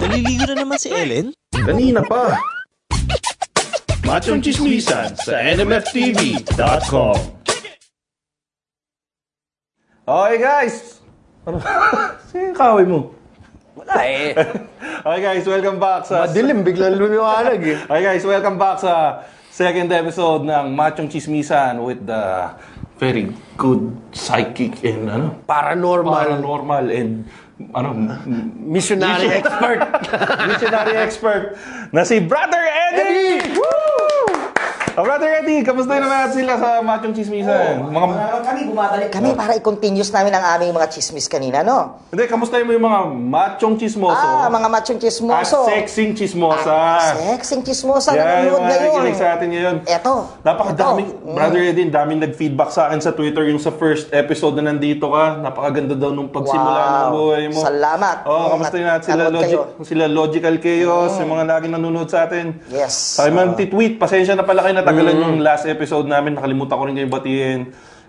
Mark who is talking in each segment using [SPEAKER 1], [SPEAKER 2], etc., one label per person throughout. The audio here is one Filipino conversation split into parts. [SPEAKER 1] Naliligo na naman si Ellen?
[SPEAKER 2] Kanina pa.
[SPEAKER 3] Machong Chismisan sa nmftv.com
[SPEAKER 2] Okay guys! Ano? Sino yung kaway mo?
[SPEAKER 1] Wala eh.
[SPEAKER 2] Okay guys, welcome back sa...
[SPEAKER 4] Madilim, biglang lumiwanag eh.
[SPEAKER 2] Okay guys, welcome back sa second episode ng Machong Chismisan with the very good psychic and ano,
[SPEAKER 4] Paranormal.
[SPEAKER 2] paranormal and ano,
[SPEAKER 4] missionary expert.
[SPEAKER 2] missionary expert na si Brother Eddie! Woo! Oh, Brother Eddie, kamusta naman natin sila sa Machong Chismisan? Mga,
[SPEAKER 5] kami bumabalik kami para i-continuous namin ang aming mga chismis kanina, no?
[SPEAKER 2] hindi, kamusta mo yung mga machong chismoso?
[SPEAKER 5] ah, mga machong
[SPEAKER 2] At
[SPEAKER 5] chismoso.
[SPEAKER 2] sexing chismosa.
[SPEAKER 5] At sexing chismosa
[SPEAKER 2] Ah,
[SPEAKER 5] na
[SPEAKER 2] Yan,
[SPEAKER 5] nanonood
[SPEAKER 2] mga
[SPEAKER 5] ngayon.
[SPEAKER 2] nakikinig sa atin ngayon.
[SPEAKER 5] Eto.
[SPEAKER 2] Napakadaming,
[SPEAKER 5] Eto. Mm.
[SPEAKER 2] brother Edin, daming nag-feedback sa akin sa Twitter yung sa first episode na nandito ka. Napakaganda daw nung pagsimula
[SPEAKER 5] Wow.
[SPEAKER 2] ng buhay mo.
[SPEAKER 5] Salamat.
[SPEAKER 2] Oh,
[SPEAKER 5] Mm,
[SPEAKER 2] kamusta natin sila,
[SPEAKER 5] nanood
[SPEAKER 2] logic, sila Logical Chaos, yung mga laging nanonood sa atin.
[SPEAKER 5] Mm. Yes. Ah.
[SPEAKER 2] Sa akin man, titweet, pasensya na pala kayo natagalan yung last episode namin. Nakalimutan ko rin kayong batiin.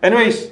[SPEAKER 2] Anyways,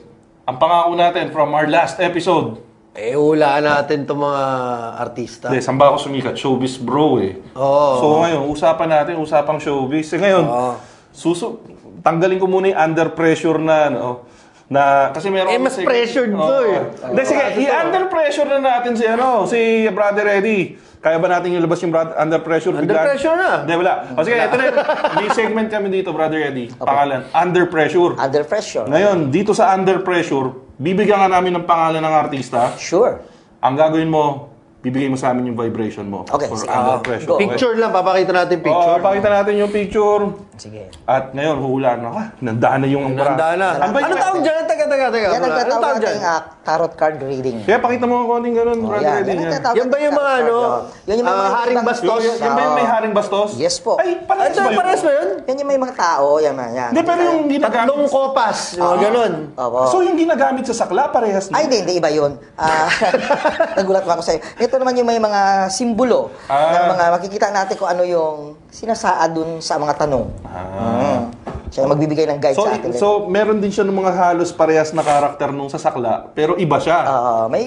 [SPEAKER 2] ang pangako natin from our last episode.
[SPEAKER 4] eh, hulaan natin itong mga artista.
[SPEAKER 2] Hindi, saan ba ako sumikat? Showbiz bro eh.
[SPEAKER 4] Oo.
[SPEAKER 2] So ngayon, usapan natin, usapang showbiz. Eh, ngayon,
[SPEAKER 4] Oo.
[SPEAKER 2] susu tanggalin ko muna yung under pressure na, ano, na, kasi meron...
[SPEAKER 4] Eh,
[SPEAKER 2] akong
[SPEAKER 4] mas
[SPEAKER 2] sig-
[SPEAKER 4] pressured
[SPEAKER 2] Oo.
[SPEAKER 4] to eh.
[SPEAKER 2] Hindi, sige, i-under pressure na natin si, ano, si Brother Eddie. Kaya ba natin ilabas yung brother, under pressure?
[SPEAKER 4] Under pressure na.
[SPEAKER 2] Hindi, wala. O sige, ito na yun. May segment kami dito, Brother Eddie. Pangalan, under pressure.
[SPEAKER 5] Under pressure.
[SPEAKER 2] Ngayon, dito sa under pressure, bibigyan nga namin ng pangalan ng artista.
[SPEAKER 5] Sure.
[SPEAKER 2] Ang gagawin mo, bibigay mo sa amin yung vibration mo.
[SPEAKER 5] Okay,
[SPEAKER 2] For
[SPEAKER 5] sige.
[SPEAKER 2] under
[SPEAKER 5] Ah,
[SPEAKER 2] pressure.
[SPEAKER 5] go.
[SPEAKER 2] okay?
[SPEAKER 4] Picture lang, papakita natin
[SPEAKER 2] Picture.
[SPEAKER 4] picture.
[SPEAKER 2] pakita natin yung picture.
[SPEAKER 5] Sige.
[SPEAKER 2] At ngayon, huhulaan na. Ah, nandaan na yung ang
[SPEAKER 4] Nanda na.
[SPEAKER 2] Ano ba
[SPEAKER 4] Ano
[SPEAKER 2] yung...
[SPEAKER 4] tawag dyan? Taga, taga, taga.
[SPEAKER 5] Yan ang
[SPEAKER 4] Ano
[SPEAKER 5] tatawag
[SPEAKER 4] tawag dyan?
[SPEAKER 5] nating ah, tarot card reading.
[SPEAKER 2] Kaya pakita mo ang konting ganun.
[SPEAKER 5] Oh,
[SPEAKER 2] brother
[SPEAKER 5] yan.
[SPEAKER 2] Edin,
[SPEAKER 5] Yan ang
[SPEAKER 2] yan.
[SPEAKER 5] tatawag
[SPEAKER 4] Yan ba
[SPEAKER 5] nating
[SPEAKER 4] yung mga
[SPEAKER 5] tarot
[SPEAKER 4] ano?
[SPEAKER 5] card, no? Yan yung
[SPEAKER 4] Ah,
[SPEAKER 5] mga may
[SPEAKER 4] haring
[SPEAKER 5] ibang-
[SPEAKER 4] bastos?
[SPEAKER 2] Yung- yung- yan ba yung may haring bastos?
[SPEAKER 5] Ah. Yes po.
[SPEAKER 2] Ay, parehas
[SPEAKER 4] Ito,
[SPEAKER 2] ba yun?
[SPEAKER 4] parehas ba yun?
[SPEAKER 5] Yan yung may mga tao, yan na, yan.
[SPEAKER 2] Hindi, pero yung ginagamit...
[SPEAKER 4] Tatlong kopas. Yung mga ganun.
[SPEAKER 5] Opo.
[SPEAKER 2] So yung ginagamit sa sakla, parehas na.
[SPEAKER 5] Ay, hindi, hindi iba yun. Ah, nagulat ko ako sa'yo. Ito naman yung may mga simbolo ng
[SPEAKER 2] Ah.
[SPEAKER 5] mga makikita natin kung ano yung sinasaad dun sa mga tanong. Ah. Siya yung magbibigay ng guide
[SPEAKER 2] So,
[SPEAKER 5] sa atin.
[SPEAKER 2] so meron din siya ng mga halos parehas na karakter nung sa sakla, pero iba siya.
[SPEAKER 5] Ah, may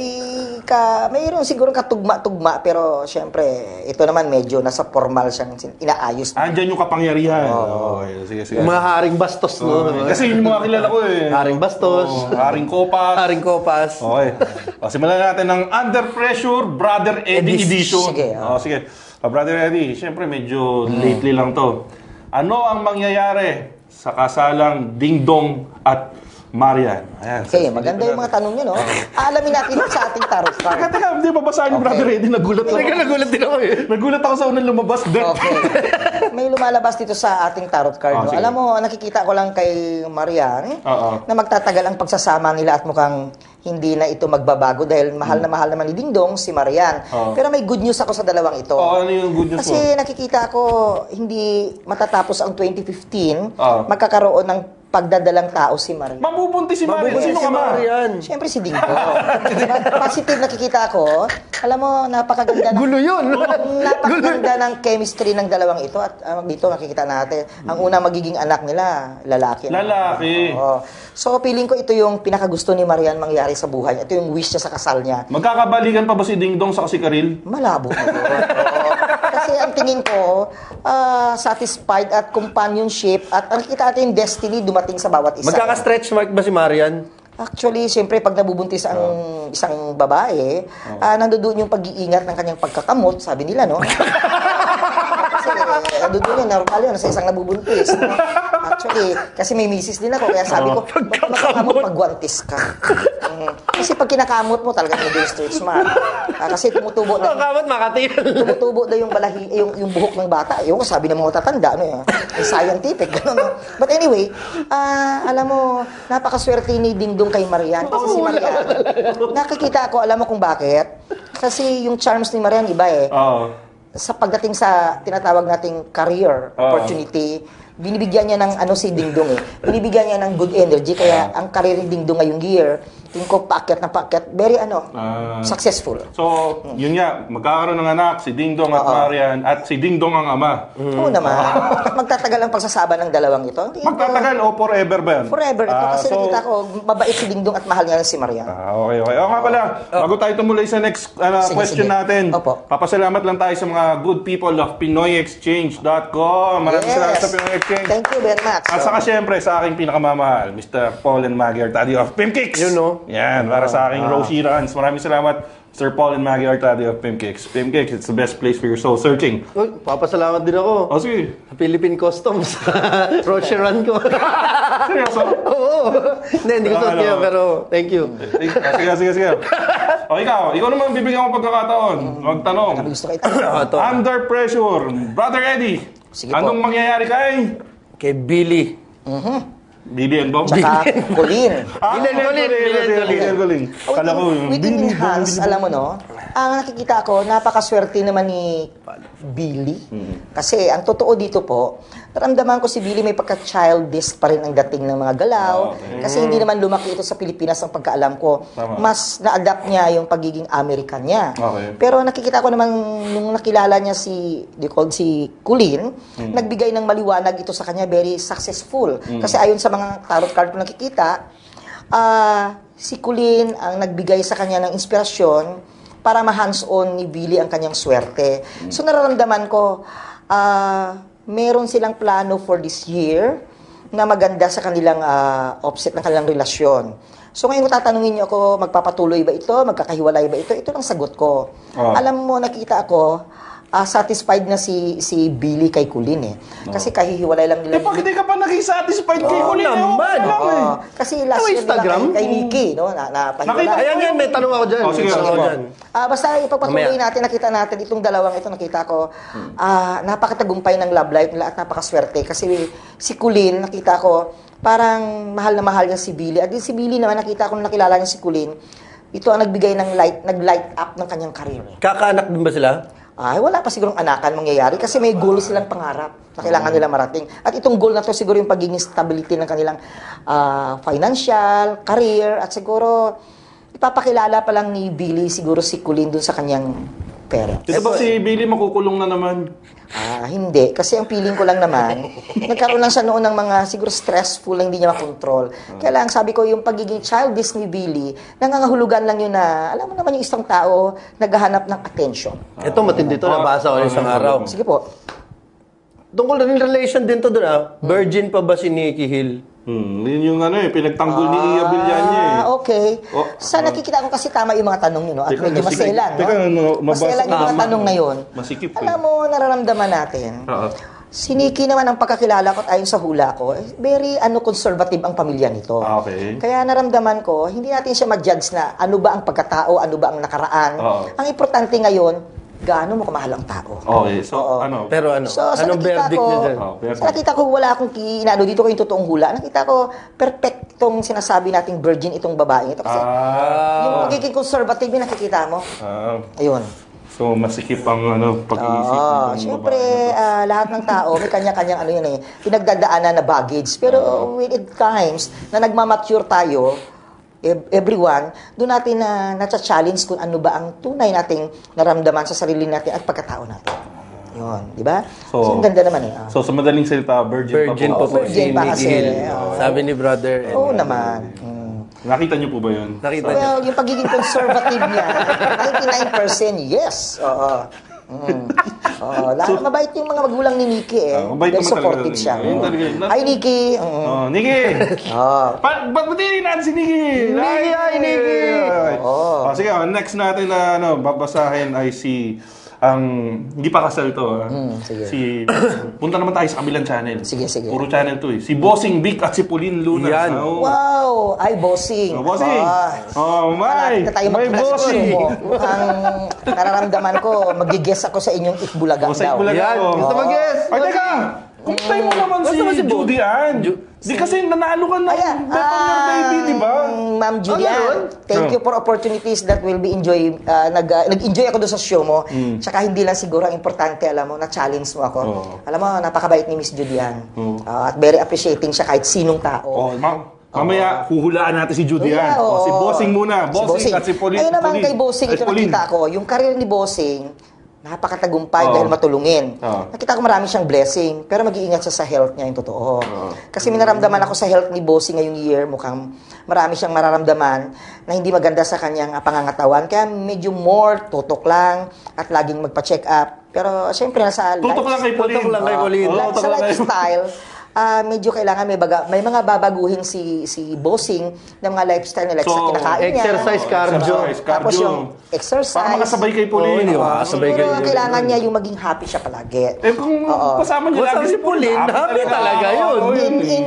[SPEAKER 5] ka mayroon siguro katugma-tugma pero syempre ito naman medyo nasa formal siyang sin- inaayos.
[SPEAKER 2] Andyan yung kapangyarihan. Oh.
[SPEAKER 5] Ah.
[SPEAKER 2] sige, sige.
[SPEAKER 4] Yung mga haring bastos, no?
[SPEAKER 2] Kasi yun yung mga kilala ko eh.
[SPEAKER 4] Haring bastos.
[SPEAKER 2] Oh, haring kopas.
[SPEAKER 4] Haring kopas.
[SPEAKER 2] Okay. O, simulan natin ng Under Pressure Brother Eddie
[SPEAKER 5] Eddie,
[SPEAKER 2] Edition.
[SPEAKER 5] sige,
[SPEAKER 2] O, sige. O, Brother Eddie, syempre medyo lately lang to. Ano ang mangyayari sa kasalang Ding Dong at Marian? Ayan.
[SPEAKER 5] Okay, maganda yung mga tanong niyo, no? Alamin natin yun sa ating tarot
[SPEAKER 2] Teka,
[SPEAKER 5] card.
[SPEAKER 2] teka, hindi babasahin yung Brother Eddie. Nagulat lang.
[SPEAKER 4] Teka, nagulat din ako eh.
[SPEAKER 2] Nagulat ako sa unang lumabas.
[SPEAKER 5] Okay. May lumalabas dito sa ating tarot
[SPEAKER 2] Ah,
[SPEAKER 5] card. no?
[SPEAKER 2] sige.
[SPEAKER 5] Alam mo, nakikita ko lang kay Marian
[SPEAKER 2] Oo.
[SPEAKER 5] na magtatagal ang pagsasama nila at mukhang hindi na ito magbabago dahil mahal na
[SPEAKER 2] Hmm.
[SPEAKER 5] mahal naman ni Dingdong si Marian.
[SPEAKER 2] Oo.
[SPEAKER 5] Pero may good news ako sa dalawang ito.
[SPEAKER 2] O, Oh. ano yung good news
[SPEAKER 5] Kasi
[SPEAKER 2] mo?
[SPEAKER 5] nakikita ko hindi matatapos ang 2015,
[SPEAKER 2] Ah.
[SPEAKER 5] magkakaroon ng pagdadalang tao si Maria.
[SPEAKER 2] Mabubuntis si Marian.
[SPEAKER 4] Mabubuti
[SPEAKER 2] Sino
[SPEAKER 4] si
[SPEAKER 2] ka ma?
[SPEAKER 4] Marian.
[SPEAKER 5] Mm. Siyempre si Dingo. Pa- Positive nakikita ko. Alam mo, napakaganda ng,
[SPEAKER 4] Gulo yun.
[SPEAKER 5] napakaganda ng chemistry ng dalawang ito at ah, dito makikita natin. Ang una magiging anak nila, lalaki.
[SPEAKER 2] Lalaki.
[SPEAKER 5] Oo. So, feeling ko ito yung pinakagusto ni Marian mangyari sa buhay. Ito yung wish niya sa kasal niya.
[SPEAKER 2] Magkakabalikan pa ba si Ding Dong sa si Karil?
[SPEAKER 5] Malabo na yun. Oo. Kasi ang tingin ko, ah, satisfied at companionship at ang kita natin yung destiny dumating sa bawat isa.
[SPEAKER 4] Magkaka-stretch mark ba si Marian?
[SPEAKER 5] Actually, siyempre, pag nabubuntis ang isang babae, ah, nandoon yung pag-iingat ng kanyang pagkakamot, sabi nila, no? kasi eh, nandoon yun, normal yun, sa isang nabubuntis. Actually, kasi may misis din ako, kaya sabi ko, "Ba't magkakamot pag guwantis ka. Mm. Kasi pag kinakamot mo, talaga nandoon yung street smart. Ah, kasi tumutubo na
[SPEAKER 4] Ang kamat, makatil.
[SPEAKER 5] tumutubo na yung balahi, eh, yung, yung buhok ng bata. Yung sabi ng mga tatanda, ano yun, eh, scientific, ganun. No? But anyway, ah, alam mo, napakaswerte ni Dingdong kay Marian. Kasi si Marian, nakikita ako, alam mo kung bakit? Kasi yung charms ni Marian iba eh.
[SPEAKER 2] Oo.
[SPEAKER 5] Sa pagdating sa tinatawag nating career
[SPEAKER 2] Oo.
[SPEAKER 5] opportunity, binibigyan niya ng ano si Dingdong eh. Binibigyan niya ng good energy kaya ang karir ni Dingdong ngayong year, tingin ko paakyat na paakyat, very ano,
[SPEAKER 2] Ah.
[SPEAKER 5] successful.
[SPEAKER 2] So, yun nga, magkakaroon ng anak, si Ding Dong at
[SPEAKER 5] Oo.
[SPEAKER 2] Marian, at si Ding Dong ang ama.
[SPEAKER 5] Hmm. Oo naman. At magtatagal ang pagsasama ng dalawang ito. Tingin ko,
[SPEAKER 2] Magtatagal o forever ba yan?
[SPEAKER 5] Forever ito
[SPEAKER 2] Ah,
[SPEAKER 5] kasi
[SPEAKER 2] so-
[SPEAKER 5] nakita ko mabait si Dingdong at mahal niya rin si Marian.
[SPEAKER 2] Ah, okay, okay. O nga pala, bago tayo tumuloy sa next ano,
[SPEAKER 5] Oh. Sige,
[SPEAKER 2] question
[SPEAKER 5] sige.
[SPEAKER 2] natin,
[SPEAKER 5] Opo.
[SPEAKER 2] papasalamat lang tayo sa mga good people of PinoyExchange.com. Maraming
[SPEAKER 5] Yes.
[SPEAKER 2] salamat sa Pinoy Exchange.
[SPEAKER 5] Thank you very much.
[SPEAKER 2] At saka syempre sa aking pinakamamahal, Mr. Paul and Maggie Artadio of Pimkicks.
[SPEAKER 4] Yun, no?
[SPEAKER 2] Yan, para sa aking Rosie Rans. Maraming salamat, Sir Paul and Maggie Artadio of Pimkicks. Pimkicks, it's the best place for your soul searching.
[SPEAKER 4] Uy, papasalamat din ako.
[SPEAKER 2] O sige,
[SPEAKER 4] Sa Philippine Customs. Rocheran ko.
[SPEAKER 2] seryoso.
[SPEAKER 4] Oo. Hindi, hindi ko
[SPEAKER 2] Ano?
[SPEAKER 4] suot ngayon, pero thank you.
[SPEAKER 2] Ah, sige, sige, sige. O ikaw, ikaw naman bibigyan ko pagkakataon. Magtanong.
[SPEAKER 5] Sabi Ano gusto kayo.
[SPEAKER 4] Ah, ito.
[SPEAKER 2] Under pressure, Brother Eddie.
[SPEAKER 5] Sige po.
[SPEAKER 2] anong mangyayari kay
[SPEAKER 4] Kay Billy.
[SPEAKER 2] BBN Bomb?
[SPEAKER 5] Tsaka Colleen.
[SPEAKER 2] Ah,
[SPEAKER 4] Bilen Golin, Bilen
[SPEAKER 2] Bilen Bilen Golin.
[SPEAKER 5] Oh,
[SPEAKER 2] Kala ko,
[SPEAKER 5] We can
[SPEAKER 2] Bilen
[SPEAKER 5] enhance, alam mo no? Ang nakikita ko, napakaswerte naman ni Billy.
[SPEAKER 2] Mm-hmm.
[SPEAKER 5] Kasi ang totoo dito po, naramdaman ko si Billy may pagka-childish pa rin ang dating ng mga galaw.
[SPEAKER 2] Ah, Okay.
[SPEAKER 5] Kasi hindi naman lumaki ito sa Pilipinas ang pagkaalam ko.
[SPEAKER 2] Tama.
[SPEAKER 5] Mas na-adapt niya yung pagiging American niya.
[SPEAKER 2] Okay.
[SPEAKER 5] Pero nakikita ko naman nung nakilala niya si they called si Kulin, nagbigay ng maliwanag ito sa kanya very successful. Kasi ayon sa mga tarot card ko nakikita, ah si Kulin ang nagbigay sa kanya ng inspirasyon para ma-hands-on ni Billy ang kanyang swerte. So nararamdaman ko ah meron silang plano for this year na maganda sa kanilang ah, offset ng kanilang relasyon. So ngayon kung tatanungin niyo ako, magpapatuloy ba ito? Magkakahiwalay ba ito? Ito lang sagot ko.
[SPEAKER 2] Ah.
[SPEAKER 5] Alam mo, nakita ako, ah, satisfied na si si Billy kay Kulin eh. Kasi kahihiwalay lang
[SPEAKER 2] Eh,
[SPEAKER 5] nila.
[SPEAKER 2] bakit eh? di ka pa naging satisfied
[SPEAKER 5] Oh,
[SPEAKER 2] kay Golin?
[SPEAKER 4] naman.
[SPEAKER 5] Oo, kasi last
[SPEAKER 4] Ano,
[SPEAKER 5] year nila
[SPEAKER 4] Instagram?
[SPEAKER 5] kay, kay Nikki, no? Na,
[SPEAKER 2] Mm.
[SPEAKER 5] napahiwalay.
[SPEAKER 2] Nakita
[SPEAKER 4] Ayan yan, may tanong ako dyan.
[SPEAKER 2] Oh,
[SPEAKER 4] May tanong
[SPEAKER 2] sige, sige
[SPEAKER 4] ako
[SPEAKER 2] po.
[SPEAKER 4] dyan.
[SPEAKER 5] Ah, basta ipagpatuloy
[SPEAKER 4] Mamaya.
[SPEAKER 5] natin, nakita natin itong dalawang ito, nakita ko,
[SPEAKER 2] Mm.
[SPEAKER 5] ah, napakatagumpay ng love life nila at napakaswerte. Kasi si Kulin, nakita ko, parang mahal na mahal niya si Billy. At yung si Billy naman, nakita ko nung nakilala niya si Kulin, ito ang nagbigay ng light, nag-light up ng kanyang eh. career.
[SPEAKER 4] Kakaanak din ba sila?
[SPEAKER 5] Ay, wala pa sigurong anakan mangyayari kasi may goal silang pangarap na kailangan nila marating. At itong goal na to siguro yung pagiging stability ng kanilang ah, financial, career, at siguro ipapakilala pa lang ni Billy siguro si Kulin dun sa kanyang pera.
[SPEAKER 2] Ito ba si Billy makukulong na naman?
[SPEAKER 5] Ah, hindi. Kasi ang feeling ko lang naman, nagkaroon lang siya noon ng mga siguro stressful na hindi niya makontrol. Kaya lang, sabi ko, yung pagiging childish ni Billy, nangangahulugan lang yun na, alam mo naman yung isang tao, naghahanap ng attention.
[SPEAKER 4] Ito, matindi to.
[SPEAKER 2] Ah,
[SPEAKER 4] Nabasa ko
[SPEAKER 2] ah,
[SPEAKER 4] isang
[SPEAKER 2] ah,
[SPEAKER 4] araw.
[SPEAKER 5] Sige po.
[SPEAKER 4] Tungkol rin relation din to doon ah. Virgin pa ba si Nikki Hill?
[SPEAKER 2] Hmm, yun yung ano eh, pinagtanggol ni Iya Villanya eh.
[SPEAKER 5] Ah, okay.
[SPEAKER 2] Oh,
[SPEAKER 5] sa nakikita ko kasi tama yung mga tanong nyo, no? At
[SPEAKER 2] Teka,
[SPEAKER 5] medyo
[SPEAKER 2] masikip.
[SPEAKER 5] maselan, no?
[SPEAKER 2] Teka, ano, mabasa
[SPEAKER 5] maselan
[SPEAKER 2] ko
[SPEAKER 5] yung mga
[SPEAKER 2] naman.
[SPEAKER 5] tanong na yun.
[SPEAKER 2] Masikip eh. ko
[SPEAKER 5] Alam
[SPEAKER 2] yun.
[SPEAKER 5] mo, nararamdaman natin.
[SPEAKER 2] Oo.
[SPEAKER 5] Si Nikki naman ang pagkakilala ko at ayon sa hula ko, eh, very ano conservative ang pamilya nito.
[SPEAKER 2] Ah, okay.
[SPEAKER 5] Kaya naramdaman ko, hindi natin siya ma-judge na ano ba ang pagkatao, ano ba ang nakaraan.
[SPEAKER 2] Oo.
[SPEAKER 5] Ang importante ngayon, gaano mo kamahal ang tao.
[SPEAKER 2] Okay, so
[SPEAKER 5] Oo.
[SPEAKER 2] ano?
[SPEAKER 4] Pero ano?
[SPEAKER 5] So, sa
[SPEAKER 4] anong
[SPEAKER 5] nakita
[SPEAKER 4] verdict
[SPEAKER 5] ko,
[SPEAKER 4] niya dyan?
[SPEAKER 2] Oh, verdict.
[SPEAKER 5] sa nakita ko, wala akong kinano dito ko yung totoong hula. Nakita ko, perfectong sinasabi nating virgin itong babaeng ito. Kasi
[SPEAKER 2] Ah,
[SPEAKER 5] yung magiging conservative yung nakikita mo.
[SPEAKER 2] ah,
[SPEAKER 5] Ayun.
[SPEAKER 2] so masikip ang ano, pag-iisip. ng
[SPEAKER 5] Oo,
[SPEAKER 2] babae.
[SPEAKER 5] Ah, syempre, ah, lahat ng tao, may kanya-kanyang ano yun eh, pinagdadaanan na baggage. Pero with it times, na nagmamature tayo, ev- everyone, doon natin na na-challenge kung ano ba ang tunay nating naramdaman sa sarili natin at pagkatao natin. Yun, di ba?
[SPEAKER 2] So,
[SPEAKER 5] So, ang ganda naman eh. ah.
[SPEAKER 2] So sa madaling salita, virgin,
[SPEAKER 4] Virgin pa po
[SPEAKER 2] pa po. eh.
[SPEAKER 4] si
[SPEAKER 5] Virgin pa
[SPEAKER 4] Nikki
[SPEAKER 5] kasi,
[SPEAKER 4] Hill.
[SPEAKER 5] oh.
[SPEAKER 4] Sabi ni brother. Ed.
[SPEAKER 5] Oo naman. Mm.
[SPEAKER 2] Nakita niyo po ba yun?
[SPEAKER 4] Nakita niya.
[SPEAKER 5] Well, yung pagiging conservative niya, 99% yes. Oo. Mm. Oo, lahat mabait yung mga magulang ni Nikki eh.
[SPEAKER 2] Ah, mabait
[SPEAKER 5] Very
[SPEAKER 2] naman talaga
[SPEAKER 5] supportive
[SPEAKER 2] yun.
[SPEAKER 5] siya.
[SPEAKER 2] Yun
[SPEAKER 5] Oo.
[SPEAKER 2] talaga yun.
[SPEAKER 5] Hi, Nikki. Mm. Ah.
[SPEAKER 2] Oh, Nikki!
[SPEAKER 5] Oo.
[SPEAKER 2] Pa ba't batiin natin si Nikki? Nikki, ay Nikki!
[SPEAKER 5] Oo.
[SPEAKER 2] sige, oh, next natin na ano, babasahin ay si ang hindi pa kasal to. ah.
[SPEAKER 5] Hmm, sige.
[SPEAKER 2] Si punta naman tayo sa kabilang channel.
[SPEAKER 5] Sige, sige.
[SPEAKER 2] Puro channel to eh. Si Bossing Vic at si Pauline Luna.
[SPEAKER 4] Yan.
[SPEAKER 2] Oh.
[SPEAKER 5] Wow! Ay, bossing.
[SPEAKER 2] Oh, bossing!
[SPEAKER 5] Ah.
[SPEAKER 2] Oh, my!
[SPEAKER 5] Malapit na tayo
[SPEAKER 2] May
[SPEAKER 5] magkita
[SPEAKER 2] bossing!
[SPEAKER 5] siguro. Mukhang nararamdaman ko, magiges ako sa inyong itbulagan
[SPEAKER 2] Bossing
[SPEAKER 5] daw.
[SPEAKER 2] Bulaga
[SPEAKER 4] Yan.
[SPEAKER 2] ko.
[SPEAKER 4] Gusto mag-guess?
[SPEAKER 2] Ay, teka! Kumpay mo naman si,
[SPEAKER 4] Basta naman si Bo-
[SPEAKER 2] Judy Ann. Di kasi nanalo ka ng
[SPEAKER 5] Ayan. um,
[SPEAKER 2] Better Your Baby, di ba? Ano
[SPEAKER 5] Ma'am
[SPEAKER 4] ganun?
[SPEAKER 5] Julian, thank
[SPEAKER 2] Oh.
[SPEAKER 5] you for opportunities that will be enjoy. ah, nag, ah, nag-enjoy ako doon sa show mo.
[SPEAKER 2] Hmm.
[SPEAKER 5] Tsaka hindi lang siguro ang importante, alam mo, na-challenge mo ako.
[SPEAKER 2] Oo.
[SPEAKER 5] Alam mo, napakabait ni Miss Julian.
[SPEAKER 2] Oo.
[SPEAKER 5] Ah, at very appreciating siya kahit sinong
[SPEAKER 2] Oh,
[SPEAKER 5] tao.
[SPEAKER 2] ma- mamaya huhulaan natin si Judy Ann.
[SPEAKER 5] Yeah,
[SPEAKER 2] Oh,
[SPEAKER 5] oo.
[SPEAKER 2] si Bossing muna. Bossing, at si Pauline.
[SPEAKER 5] Ayun naman
[SPEAKER 2] Pauline.
[SPEAKER 5] kay Bossing,
[SPEAKER 2] At
[SPEAKER 5] ito
[SPEAKER 2] Pauline.
[SPEAKER 5] nakita ko. Yung karir ni Bossing, napakatagumpay
[SPEAKER 2] Oo.
[SPEAKER 5] dahil matulungin.
[SPEAKER 2] Oo.
[SPEAKER 5] Nakita ko marami siyang blessing, pero mag-iingat siya sa health niya, yung totoo. Kasi minaramdaman ako sa health ni Bossing ngayong year, mukhang marami siyang mararamdaman na hindi maganda sa kanyang ah, pangangatawan. Kaya medyo more tutok lang at laging magpa-check up. Pero siyempre, nasa
[SPEAKER 2] Tutok lang kay Pauline.
[SPEAKER 4] Tutok lang kay
[SPEAKER 5] Oo.
[SPEAKER 4] Pauline.
[SPEAKER 2] Oo,
[SPEAKER 5] Like,
[SPEAKER 2] tutok
[SPEAKER 5] sa
[SPEAKER 2] lang kay-
[SPEAKER 5] lifestyle, ah, medyo kailangan may, baga, may mga babaguhin si si bossing ng mga lifestyle nila. Like sa
[SPEAKER 2] So,
[SPEAKER 5] kinakain niya.
[SPEAKER 4] exercise, cardio.
[SPEAKER 2] Oh, Exercise,
[SPEAKER 5] Tapos
[SPEAKER 2] cardio.
[SPEAKER 5] yung exercise.
[SPEAKER 2] Para makasabay kay Pauline.
[SPEAKER 4] Oo, di ba?
[SPEAKER 2] Ah,
[SPEAKER 4] Kasabay
[SPEAKER 5] Siguro
[SPEAKER 4] kay-
[SPEAKER 5] ang kailangan niya yung maging happy siya palagi.
[SPEAKER 2] Eh kung kasama niya
[SPEAKER 4] Kasama si Pauline, happy talaga yun.
[SPEAKER 2] Oo,
[SPEAKER 5] In, in,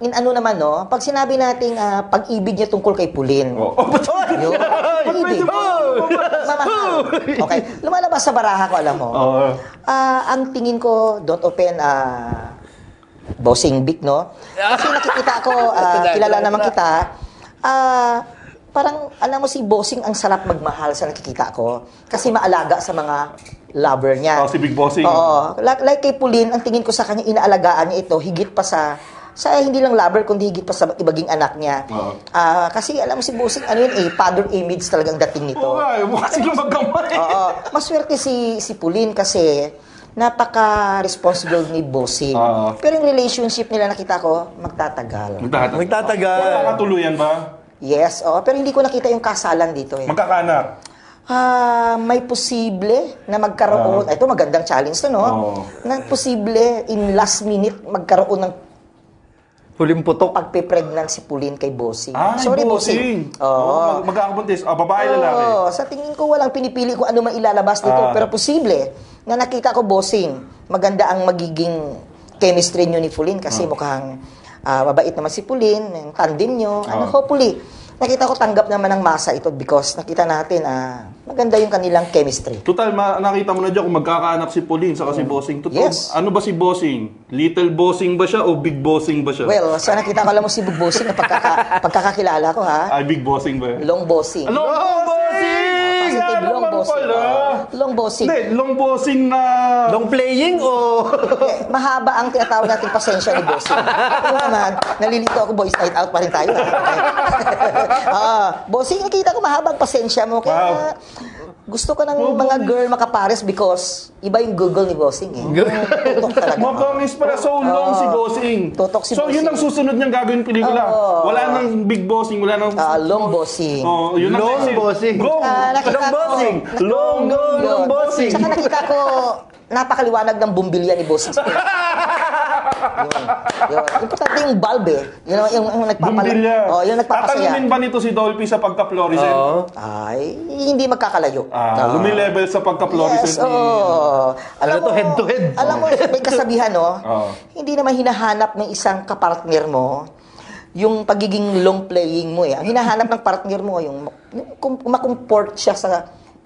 [SPEAKER 5] in ano naman, no? Pag sinabi nating ah, pag-ibig niya tungkol kay Pulin.
[SPEAKER 2] Oh, oh, ba't-
[SPEAKER 5] Yun. Pag-ibig. Mamahal. Okay. Lumalabas sa baraha ko, alam mo.
[SPEAKER 2] Oo.
[SPEAKER 5] Ah, ang tingin ko, don't open, ah, bossing big, no? Kasi nakikita ko, ah, kilala naman kita, ah, parang, alam mo si bossing, ang sarap magmahal sa nakikita ko. Kasi maalaga sa mga lover niya.
[SPEAKER 2] Oh, si Big Bossing.
[SPEAKER 5] Oo. Like, like kay Pauline, ang tingin ko sa kanya, inaalagaan niya ito, higit pa sa sa eh, hindi lang lover, kundi higit pa sa ibaging anak niya.
[SPEAKER 2] Oo.
[SPEAKER 5] Ah, kasi alam mo si Bossing, ano yun eh, father image talagang dating nito.
[SPEAKER 2] Oo nga, eh, mukha silang magkamay.
[SPEAKER 5] Oo. Maswerte si si Pauline kasi napaka-responsible ni Bossing.
[SPEAKER 2] Oo.
[SPEAKER 5] Pero yung relationship nila nakita ko magtatagal.
[SPEAKER 2] Magtatagal.
[SPEAKER 4] Nagtatagal.
[SPEAKER 2] Magkakatuluyan ba?
[SPEAKER 5] Yes, oo. Pero hindi ko nakita yung kasalan dito eh.
[SPEAKER 2] Magkakanak.
[SPEAKER 5] Ah, may posible na magkaroon. Ito magandang challenge to, no?
[SPEAKER 2] Ah. Oo.
[SPEAKER 5] Na posible in last minute magkaroon ng
[SPEAKER 4] Huling putok.
[SPEAKER 5] pagpe-pregnant si Pauline kay Bossing.
[SPEAKER 2] Ay,
[SPEAKER 5] Sorry,
[SPEAKER 2] bossing.
[SPEAKER 5] Bossing.
[SPEAKER 2] Mag-
[SPEAKER 5] Oo.
[SPEAKER 2] magkakabuntis. Oh, babae, lalaki.
[SPEAKER 5] Oo, sa tingin ko walang pinipili kung ano man ilalabas
[SPEAKER 2] Ah.
[SPEAKER 5] dito. Pero posible na nakita ko bossing. Maganda ang magiging chemistry nyo ni Pulin kasi mukhang ah, mabait naman si Pulin, yung tandem nyo. Ano,
[SPEAKER 2] Ah.
[SPEAKER 5] hopefully, nakita ko tanggap naman ng masa ito because nakita natin ah, maganda yung kanilang chemistry.
[SPEAKER 2] Total, ma- nakita mo na dyan kung magkakaanak si Pauline sa si Bossing. Totoo,
[SPEAKER 5] Yes.
[SPEAKER 2] ano ba si Bossing? Little Bossing ba siya o Big Bossing ba siya?
[SPEAKER 5] Well, sa nakita ko alam mo si Big Bossing na pagkaka- pagkakakilala ko ha.
[SPEAKER 2] Ay, Big Bossing ba? yun?
[SPEAKER 5] Long Bossing.
[SPEAKER 2] Long Bossing!
[SPEAKER 5] Positive,
[SPEAKER 2] Ano? Alam
[SPEAKER 5] long
[SPEAKER 2] mo
[SPEAKER 5] bossing.
[SPEAKER 2] pala.
[SPEAKER 5] Long bossing.
[SPEAKER 2] Hindi, Long Bossing na...
[SPEAKER 4] Long playing o...
[SPEAKER 5] Eh, mahaba ang tinatawag nating pasensya ni boss. Ito naman, nalilito ako boys night out pa rin tayo. ah, bossing, nakita ko mahaba ang pasensya mo. Kaya gusto ko ng mga girl makapares because iba yung Google ni bossing eh. Tutok talaga.
[SPEAKER 2] Mabangis pala. So long
[SPEAKER 5] Oo.
[SPEAKER 2] si Bossing.
[SPEAKER 5] Tutok si
[SPEAKER 2] so, yun
[SPEAKER 5] Bossing.
[SPEAKER 2] ang susunod niyang gagawin pelikula.
[SPEAKER 5] Oo.
[SPEAKER 2] Wala nang Big Bossing, wala nang...
[SPEAKER 5] Ah, long bossing.
[SPEAKER 2] Oh, yun ang
[SPEAKER 4] Long
[SPEAKER 2] next.
[SPEAKER 4] Bossing.
[SPEAKER 2] Go!
[SPEAKER 5] Ah, nakita
[SPEAKER 4] Long
[SPEAKER 5] ko-
[SPEAKER 4] bossing. Long, long,
[SPEAKER 5] Yun.
[SPEAKER 4] long bossing.
[SPEAKER 5] Tsaka nakita ko, napakaliwanag ng bumbilya ni Bossing. yun, yun. Importante yung bulb eh. Yun ang- yung, yung, nagpapala-
[SPEAKER 2] Bumbilya.
[SPEAKER 5] Oh, yung nagpapasaya.
[SPEAKER 2] Tatanungin ba nito si Dolphy sa pagka-fluorescent?
[SPEAKER 4] Oo.
[SPEAKER 5] Ay, hindi magkakalayo. Ah,
[SPEAKER 2] Ah, lumilevel sa pagka-fluorescent
[SPEAKER 5] Yes,
[SPEAKER 2] ni-
[SPEAKER 5] oo. Alam
[SPEAKER 4] Ano to, head to head?
[SPEAKER 5] Alam mo, may kasabihan, no?
[SPEAKER 2] Oo.
[SPEAKER 5] Hindi naman hinahanap ng isang kapartner mo yung pagiging long playing mo eh. Ang hinahanap ng partner mo yung kum- makumport siya sa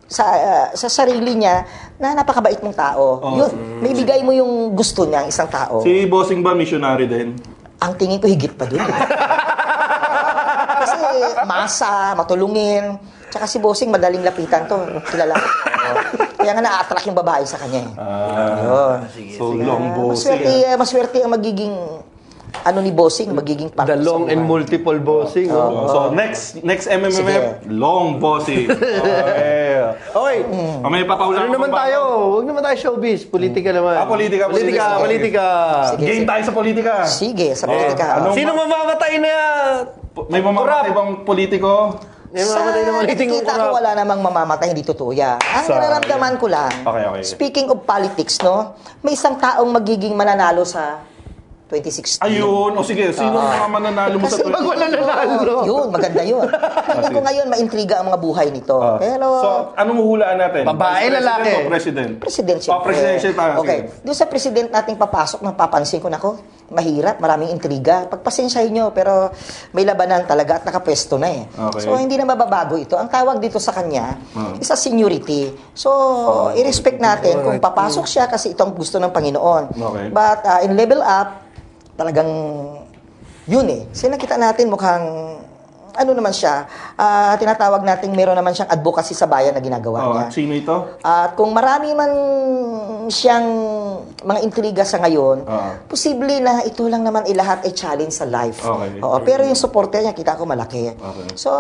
[SPEAKER 5] sa ah, sa sarili niya na napakabait mong tao. Yun, may bigay mo yung gusto niya ang isang tao.
[SPEAKER 2] Si Bossing ba missionary din?
[SPEAKER 5] Ang tingin ko higit pa dun. eh. Kasi masa, matulungin. Tsaka si Bossing, madaling lapitan to. Kilala. ko. Kaya nga na-attract yung babae sa kanya eh.
[SPEAKER 2] Ah, so long Bossing. ah.
[SPEAKER 5] Maswerte, eh, maswerte ang magiging, ano ni Bossing, magiging
[SPEAKER 4] The
[SPEAKER 5] partner. sa
[SPEAKER 4] long and
[SPEAKER 5] buhay.
[SPEAKER 4] multiple bossing.
[SPEAKER 2] So,
[SPEAKER 4] Oh.
[SPEAKER 2] so next next MMMF, long Oh, bossing. Okay.
[SPEAKER 4] Okay.
[SPEAKER 2] Ah, may
[SPEAKER 4] oh.
[SPEAKER 2] papahulaan
[SPEAKER 4] Ano
[SPEAKER 2] ka
[SPEAKER 4] naman
[SPEAKER 2] pa ba?
[SPEAKER 4] tayo? Huwag naman tayo showbiz. Politika naman.
[SPEAKER 2] Ah, politika,
[SPEAKER 4] Politika,
[SPEAKER 2] politika.
[SPEAKER 4] politika.
[SPEAKER 5] Sige,
[SPEAKER 2] Game
[SPEAKER 5] sige.
[SPEAKER 2] tayo sa politika.
[SPEAKER 5] Sige, sa
[SPEAKER 2] Oh,
[SPEAKER 5] politika.
[SPEAKER 2] anong-
[SPEAKER 4] Sino mamamatay na?
[SPEAKER 2] May mamamatay bang politiko?
[SPEAKER 4] May mamamatay na maliting
[SPEAKER 5] nakikita ko
[SPEAKER 4] kurap.
[SPEAKER 5] wala namang mamamatay, hindi totoo yan. Ang
[SPEAKER 2] Sa-
[SPEAKER 5] nararamdaman ko lang,
[SPEAKER 2] Okay, okay.
[SPEAKER 5] speaking of politics, no, may isang taong magiging mananalo sa 2016.
[SPEAKER 2] Ayun, o sige, sino ang mga mananalo mo sa
[SPEAKER 5] Kasi
[SPEAKER 4] Pag
[SPEAKER 2] politika?
[SPEAKER 4] wala nanalo.
[SPEAKER 5] Oo, yun, maganda yun. Tingin ko ngayon, maintriga ang mga buhay nito. Pero,
[SPEAKER 2] Ah. So, anong huhulaan natin?
[SPEAKER 4] Babae,
[SPEAKER 2] Vice President
[SPEAKER 4] lalaki?
[SPEAKER 2] o President?
[SPEAKER 5] presidential.
[SPEAKER 2] Oh, presidential tayo.
[SPEAKER 5] Okay. Doon sa president nating papasok, napapansin ko, nako, mahirap, maraming intriga. Pagpasensyahin nyo, pero may labanan talaga at nakapwesto na eh.
[SPEAKER 2] Okay. Hmm.
[SPEAKER 5] So, hindi na mababago ito. Ang tawag dito sa kanya, isa seniority. So, i-respect natin kung papasok siya kasi ito ang gusto ng Panginoon.
[SPEAKER 2] Okay.
[SPEAKER 5] But ah, in level up, talagang yun eh. Kasi nakita natin mukhang ano naman siya, ah, tinatawag nating meron naman siyang advocacy sa bayan na ginagawa
[SPEAKER 2] Oh,
[SPEAKER 5] niya.
[SPEAKER 2] at sino ito?
[SPEAKER 5] At kung marami man siyang mga intriga sa ngayon,
[SPEAKER 2] Oo.
[SPEAKER 5] posible na ito lang naman ilahat ay challenge sa life.
[SPEAKER 2] Okay.
[SPEAKER 5] Oo, pero yung supporter niya, kita ko malaki.
[SPEAKER 2] Okay.
[SPEAKER 5] So,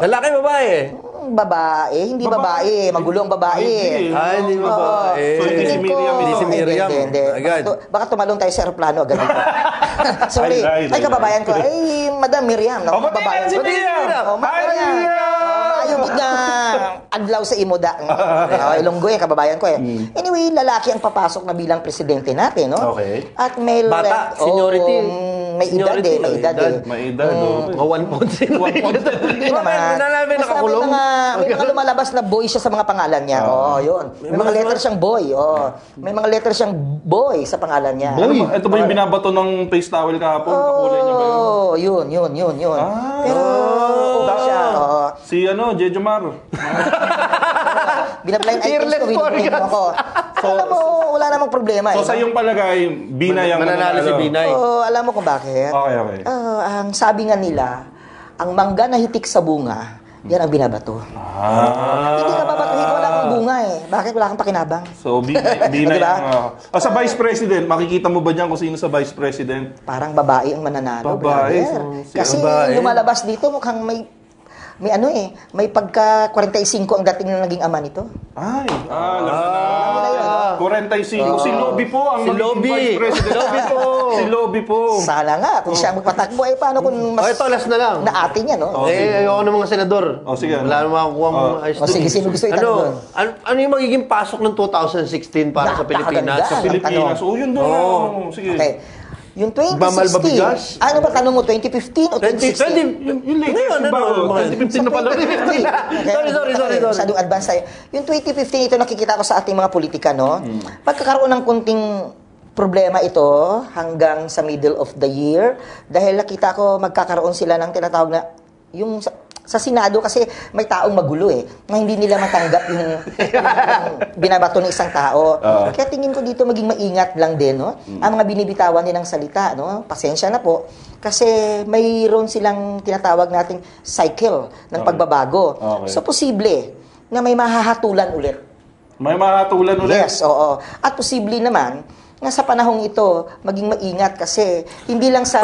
[SPEAKER 4] Lalaki, babae.
[SPEAKER 5] babae, hindi babae,
[SPEAKER 2] Babae.
[SPEAKER 5] magulong babae.
[SPEAKER 2] Hindi.
[SPEAKER 4] Ah, hindi babae.
[SPEAKER 2] So, hindi si Miriam
[SPEAKER 5] Hindi
[SPEAKER 2] ito.
[SPEAKER 4] si Miriam.
[SPEAKER 5] Hindi, hindi.
[SPEAKER 4] Agad.
[SPEAKER 5] Baka, tu- baka tumalong tayo sa aeroplano agad dito. Sorry.
[SPEAKER 2] Ay,
[SPEAKER 5] Ay,
[SPEAKER 2] right, right,
[SPEAKER 5] kababayan ko. Ay, Madam Miriam. No?
[SPEAKER 2] Oh, batiin
[SPEAKER 5] Kababayan
[SPEAKER 2] natin si
[SPEAKER 5] ko. Batiin
[SPEAKER 2] Miriam.
[SPEAKER 5] Oh,
[SPEAKER 2] Hi,
[SPEAKER 5] Miriam.
[SPEAKER 2] Miriam.
[SPEAKER 5] Oh, Ayaw gud na adlaw sa imoda. Oh, Ilonggo eh, kababayan ko eh. Anyway, lalaki ang papasok na bilang presidente natin, no?
[SPEAKER 2] Okay.
[SPEAKER 5] At may
[SPEAKER 4] Bata,
[SPEAKER 5] oh,
[SPEAKER 4] seniority.
[SPEAKER 5] may edad
[SPEAKER 4] Seniority,
[SPEAKER 5] eh, may edad eh.
[SPEAKER 2] May edad, oh.
[SPEAKER 5] Mm.
[SPEAKER 4] Mga one pound sila. One pound.
[SPEAKER 5] Hindi naman.
[SPEAKER 4] namin
[SPEAKER 5] Basta
[SPEAKER 4] nakakulong.
[SPEAKER 5] May mga, may mga lumalabas na boy siya sa mga pangalan niya. Oo, oh, yun. May, mga
[SPEAKER 4] mga-
[SPEAKER 5] letter siyang boy. Oh. May mga letter siyang boy sa pangalan niya.
[SPEAKER 2] Boy, ito ano ba yung binabato ng face towel kahapon? Kakulay niya ba yun?
[SPEAKER 5] Oo, yun, yun, yun, yun.
[SPEAKER 2] Ah.
[SPEAKER 5] Pero, okay siya. Oo.
[SPEAKER 2] Si ano, Jejo Mar.
[SPEAKER 5] Binablind items
[SPEAKER 4] Fearless
[SPEAKER 5] ko, winipin mo
[SPEAKER 4] forecast.
[SPEAKER 5] ako. So, alam mo, wala namang problema.
[SPEAKER 2] So
[SPEAKER 5] eh,
[SPEAKER 2] sa
[SPEAKER 5] no?
[SPEAKER 2] iyong palagay, Binay ang ano.
[SPEAKER 4] Mananalo si Binay.
[SPEAKER 5] Oo, alam mo kung bakit.
[SPEAKER 2] Okay, okay.
[SPEAKER 5] Oo, ang sabi nga nila, ang mangga na hitik sa bunga, yan ang binabato.
[SPEAKER 2] Ah.
[SPEAKER 5] Hindi ka babatuhin, wala kang bunga eh. Bakit wala kang pakinabang?
[SPEAKER 2] So Binay, Binay
[SPEAKER 5] Diba?
[SPEAKER 2] ang, ah. Ah, sa Vice President, makikita mo ba diyan kung sino sa Vice President?
[SPEAKER 5] parang babae ang mananalo.
[SPEAKER 2] Babae,
[SPEAKER 5] brother.
[SPEAKER 2] so, si
[SPEAKER 5] Kasi
[SPEAKER 4] babae.
[SPEAKER 5] lumalabas dito mukhang may may ano eh, may pagka 45 ang dating na naging ama nito.
[SPEAKER 2] Ay, ah, alam ko na.
[SPEAKER 5] Ah.
[SPEAKER 2] 45. si Lobby po ang
[SPEAKER 4] Si
[SPEAKER 2] magiging
[SPEAKER 4] Lobby.
[SPEAKER 2] Vice President.
[SPEAKER 4] Lobby po.
[SPEAKER 2] si Lobby po.
[SPEAKER 5] Sana nga, kung siya ang magpatakbo, eh paano kung
[SPEAKER 4] Oh,
[SPEAKER 5] mas
[SPEAKER 4] ito, last na lang.
[SPEAKER 5] na atin niya, no?
[SPEAKER 4] Eh, ayoko ng mga senador.
[SPEAKER 2] Oh, sige, ano?
[SPEAKER 4] Wala naman makakuha ang
[SPEAKER 2] Oh.
[SPEAKER 4] ayos
[SPEAKER 5] Oh,
[SPEAKER 4] dun
[SPEAKER 5] sige,
[SPEAKER 4] eh.
[SPEAKER 5] sino gusto itanong
[SPEAKER 4] ano,
[SPEAKER 5] dun?
[SPEAKER 4] ano, ano yung magiging pasok ng 2016 para sa
[SPEAKER 5] Napakaganda.
[SPEAKER 4] Pilipinas? Sa Pilipinas.
[SPEAKER 2] Pilipinas.
[SPEAKER 5] Tanong.
[SPEAKER 2] Oh, yun doon.
[SPEAKER 4] Oo.
[SPEAKER 2] Oh, sige.
[SPEAKER 5] Okay. Yung
[SPEAKER 4] Ba, malbabigas?
[SPEAKER 5] 2016, ano ba tanong mo, 2015 o 2016?
[SPEAKER 4] 20, 20, yung Ngayon, ano,
[SPEAKER 2] Bago,
[SPEAKER 4] mga
[SPEAKER 2] 2015 na pala.
[SPEAKER 5] Okay.
[SPEAKER 4] Sorry, sorry, sorry, sorry.
[SPEAKER 5] Masyadong advance tayo. Yung 2015 ito nakikita ko sa ating mga politika, no?
[SPEAKER 4] Mm.
[SPEAKER 5] Pagkakaroon ng kunting problema ito hanggang sa middle of the year dahil nakita ko magkakaroon sila ng tinatawag na yung sa, sa Senado kasi may taong magulo eh na hindi nila matanggap yung, yung binabato ng isang tao. Kaya tingin ko dito maging maingat lang din no. Ang mga binibitawan nilang salita no. Pasensya na po kasi mayroon silang tinatawag nating cycle ng pagbabago.
[SPEAKER 2] Okay.
[SPEAKER 5] So posible na may mahahatulan ulit.
[SPEAKER 2] May mahatulan ulit.
[SPEAKER 5] Yes, oh. oo. At posible naman na sa panahong ito maging maingat kasi hindi lang sa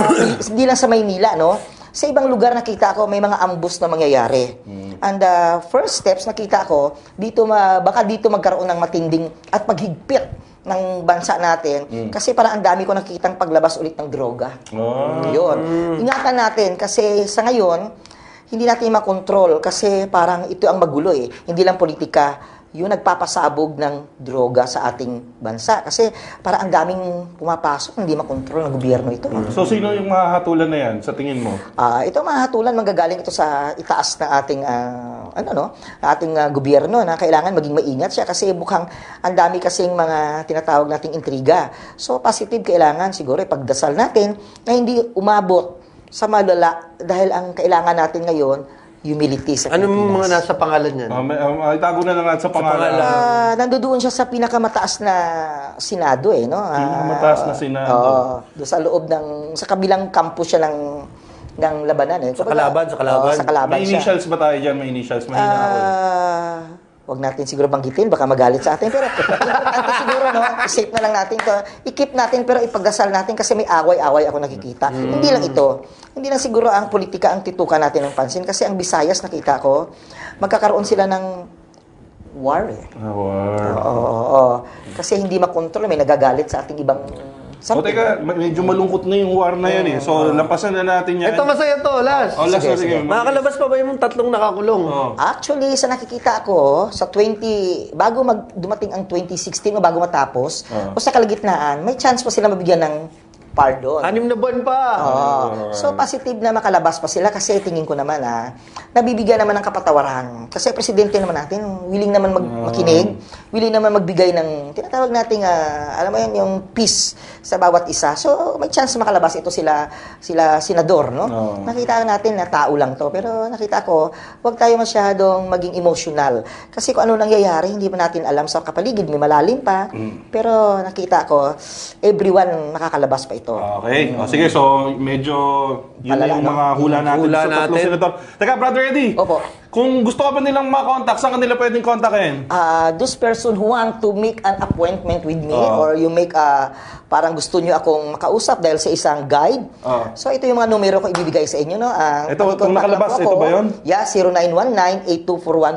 [SPEAKER 5] hindi lang sa Maynila, no? Sa ibang lugar nakita ko may mga ambus na mangyayari. And uh, first steps nakita ko dito ma, baka dito magkaroon ng matinding at paghigpit ng bansa natin kasi parang ang dami ko nakikitang paglabas ulit ng droga.
[SPEAKER 2] Ah.
[SPEAKER 5] Yun. Ingatan natin kasi sa ngayon, hindi natin makontrol kasi parang ito ang magulo eh. Hindi lang politika yung nagpapasabog ng droga sa ating bansa. Kasi para ang daming pumapasok, hindi makontrol ng gobyerno ito. eh.
[SPEAKER 2] So sino yung mahahatulan na yan sa tingin mo?
[SPEAKER 5] Ah, ito mga hatulan manggagaling ito sa itaas na ating ah, ano no, ating ah, gobyerno na kailangan maging maingat siya kasi mukhang ang dami kasing mga tinatawag nating intriga. So positive kailangan siguro ipagdasal natin na hindi umabot sa malala dahil ang kailangan natin ngayon humility sa
[SPEAKER 4] Anong mga
[SPEAKER 5] Pilipinas.
[SPEAKER 4] nasa pangalan niyan?
[SPEAKER 2] Ah, may- ah, itago na lang natin sa pangalan.
[SPEAKER 4] pangalan.
[SPEAKER 5] Ah, nandoon siya sa pinakamataas na Senado eh, no? Ah,
[SPEAKER 2] Pinakamataas na Senado.
[SPEAKER 5] Oo, doon sa loob ng sa kabilang campus siya ng ng labanan eh. Sa
[SPEAKER 4] kalaban, sa kalaban.
[SPEAKER 5] sa kalaban
[SPEAKER 2] May
[SPEAKER 5] siya.
[SPEAKER 2] initials ba tayo dyan? May initials. Mahina ako. eh.
[SPEAKER 5] Ah, wag natin siguro banggitin, baka magalit sa atin. Pero importante siguro, no, safe na lang natin to. I-keep natin, pero ipagdasal natin kasi may away-away ako nakikita.
[SPEAKER 2] Hmm.
[SPEAKER 5] Hindi lang ito. Hindi lang siguro ang politika ang titukan natin ng pansin. Kasi ang Visayas, nakita ko, magkakaroon sila ng war eh.
[SPEAKER 2] Ah, war.
[SPEAKER 5] Oo, oo, oo. Kasi hindi makontrol, may nagagalit sa ating ibang
[SPEAKER 2] O
[SPEAKER 5] something.
[SPEAKER 2] teka, ma- medyo malungkot na yung war na yan eh. So, lampasan na natin yan.
[SPEAKER 4] Ito masaya to, last.
[SPEAKER 2] O, last na
[SPEAKER 5] Sige,
[SPEAKER 2] sige.
[SPEAKER 5] sige.
[SPEAKER 4] Makakalabas pa ba yung tatlong nakakulong?
[SPEAKER 2] Oo.
[SPEAKER 5] Actually, sa nakikita ko, sa 20, bago mag, dumating ang 2016 o bago matapos,
[SPEAKER 2] Oo.
[SPEAKER 5] o sa kalagitnaan, may chance pa sila mabigyan ng part doon.
[SPEAKER 4] Anim na buwan pa.
[SPEAKER 5] Oo. So positive na makalabas pa sila kasi tingin ko naman ah, nabibigyan naman ng kapatawaran. Kasi presidente naman natin, willing naman mag makinig, willing naman magbigay ng tinatawag nating ah, alam mo yun, yung peace sa bawat isa. So may chance makalabas ito sila sila senador, no?
[SPEAKER 2] Oo.
[SPEAKER 5] Nakita natin na tao lang to, pero nakita ko, huwag tayo masyadong maging emotional. Kasi kung ano nangyayari, hindi pa natin alam sa kapaligid, may malalim pa. Pero nakita ko, everyone makakalabas pa ito.
[SPEAKER 2] Okay. O sige, so medyo yun na
[SPEAKER 5] Palala,
[SPEAKER 2] yung
[SPEAKER 5] no?
[SPEAKER 2] mga hula natin
[SPEAKER 4] Hula
[SPEAKER 2] sa tatlong
[SPEAKER 4] natin.
[SPEAKER 2] senator. Teka, Brother Eddie.
[SPEAKER 5] Opo.
[SPEAKER 2] Kung gusto ka ba nilang makontakt, saan kanila pwedeng kontakin?
[SPEAKER 5] uh, those person who want to make an appointment with me
[SPEAKER 2] Oo.
[SPEAKER 5] or you make a parang gusto nyo akong makausap dahil sa isang guide.
[SPEAKER 2] Oo.
[SPEAKER 5] So ito yung mga numero ko ibibigay sa inyo. No? Ah,
[SPEAKER 2] Ah. Ito,
[SPEAKER 5] pakicontact
[SPEAKER 2] itong nakalabas,
[SPEAKER 5] lang po
[SPEAKER 2] ito
[SPEAKER 5] ako.
[SPEAKER 2] ba yun?
[SPEAKER 5] Yeah,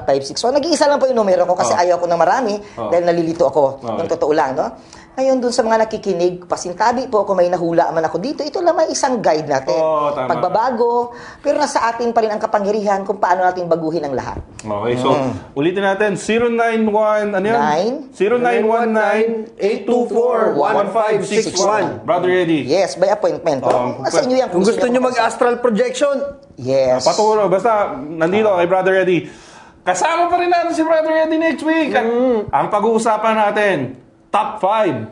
[SPEAKER 5] 0919-824-156. So nag-iisa lang po yung numero ko kasi
[SPEAKER 2] Oo.
[SPEAKER 5] ayaw ko na marami
[SPEAKER 2] Oo.
[SPEAKER 5] dahil nalilito ako.
[SPEAKER 2] Oo.
[SPEAKER 5] Ng totoo lang. No? Ngayon, dun sa mga nakikinig, pasintabi po kung may nahula man ako dito, ito lang may isang guide natin.
[SPEAKER 2] Oo, Oh, tama.
[SPEAKER 5] Pagbabago, pero nasa atin pa rin ang kapangyarihan kung paano natin baguhin ang lahat.
[SPEAKER 2] Okay, so ulitin natin. 091, ano yun?
[SPEAKER 5] Hmm. Nine.
[SPEAKER 2] 0919-824-1561. Brother Eddie.
[SPEAKER 5] Yes, by appointment.
[SPEAKER 2] Oo.
[SPEAKER 5] Pero nasa inyo yan.
[SPEAKER 4] Kung gusto nyo
[SPEAKER 5] makausap.
[SPEAKER 4] mag-astral projection,
[SPEAKER 5] Yes.
[SPEAKER 2] Paturo, basta nandito kay Brother Eddie. Kasama pa rin natin si Brother Eddie next week. At
[SPEAKER 4] Hmm.
[SPEAKER 2] Ang pag-uusapan natin, top 5.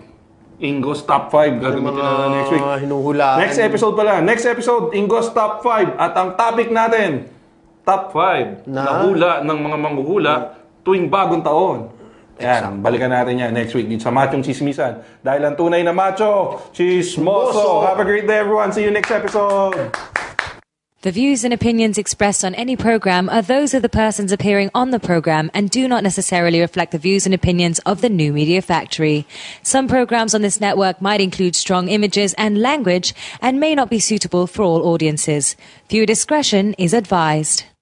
[SPEAKER 2] Ingos top 5 gagamitin natin next week.
[SPEAKER 4] mga hinuhulaan.
[SPEAKER 2] Next episode pala. Next episode, Ingos Top 5. At ang topic natin, Top 5 na,
[SPEAKER 4] Na?
[SPEAKER 2] hula ng mga manghuhula tuwing bagong taon. Yan, balikan natin yan next week dito sa Machong Chismisan. Dahil ang tunay na macho, chismoso. Have a great day everyone. See you next episode.
[SPEAKER 6] The views and opinions expressed on any program are those of the persons appearing on the program and do not necessarily reflect the views and opinions of the New Media Factory. Some programs on this network might include strong images and language and may not be suitable for all audiences. Viewer discretion is advised.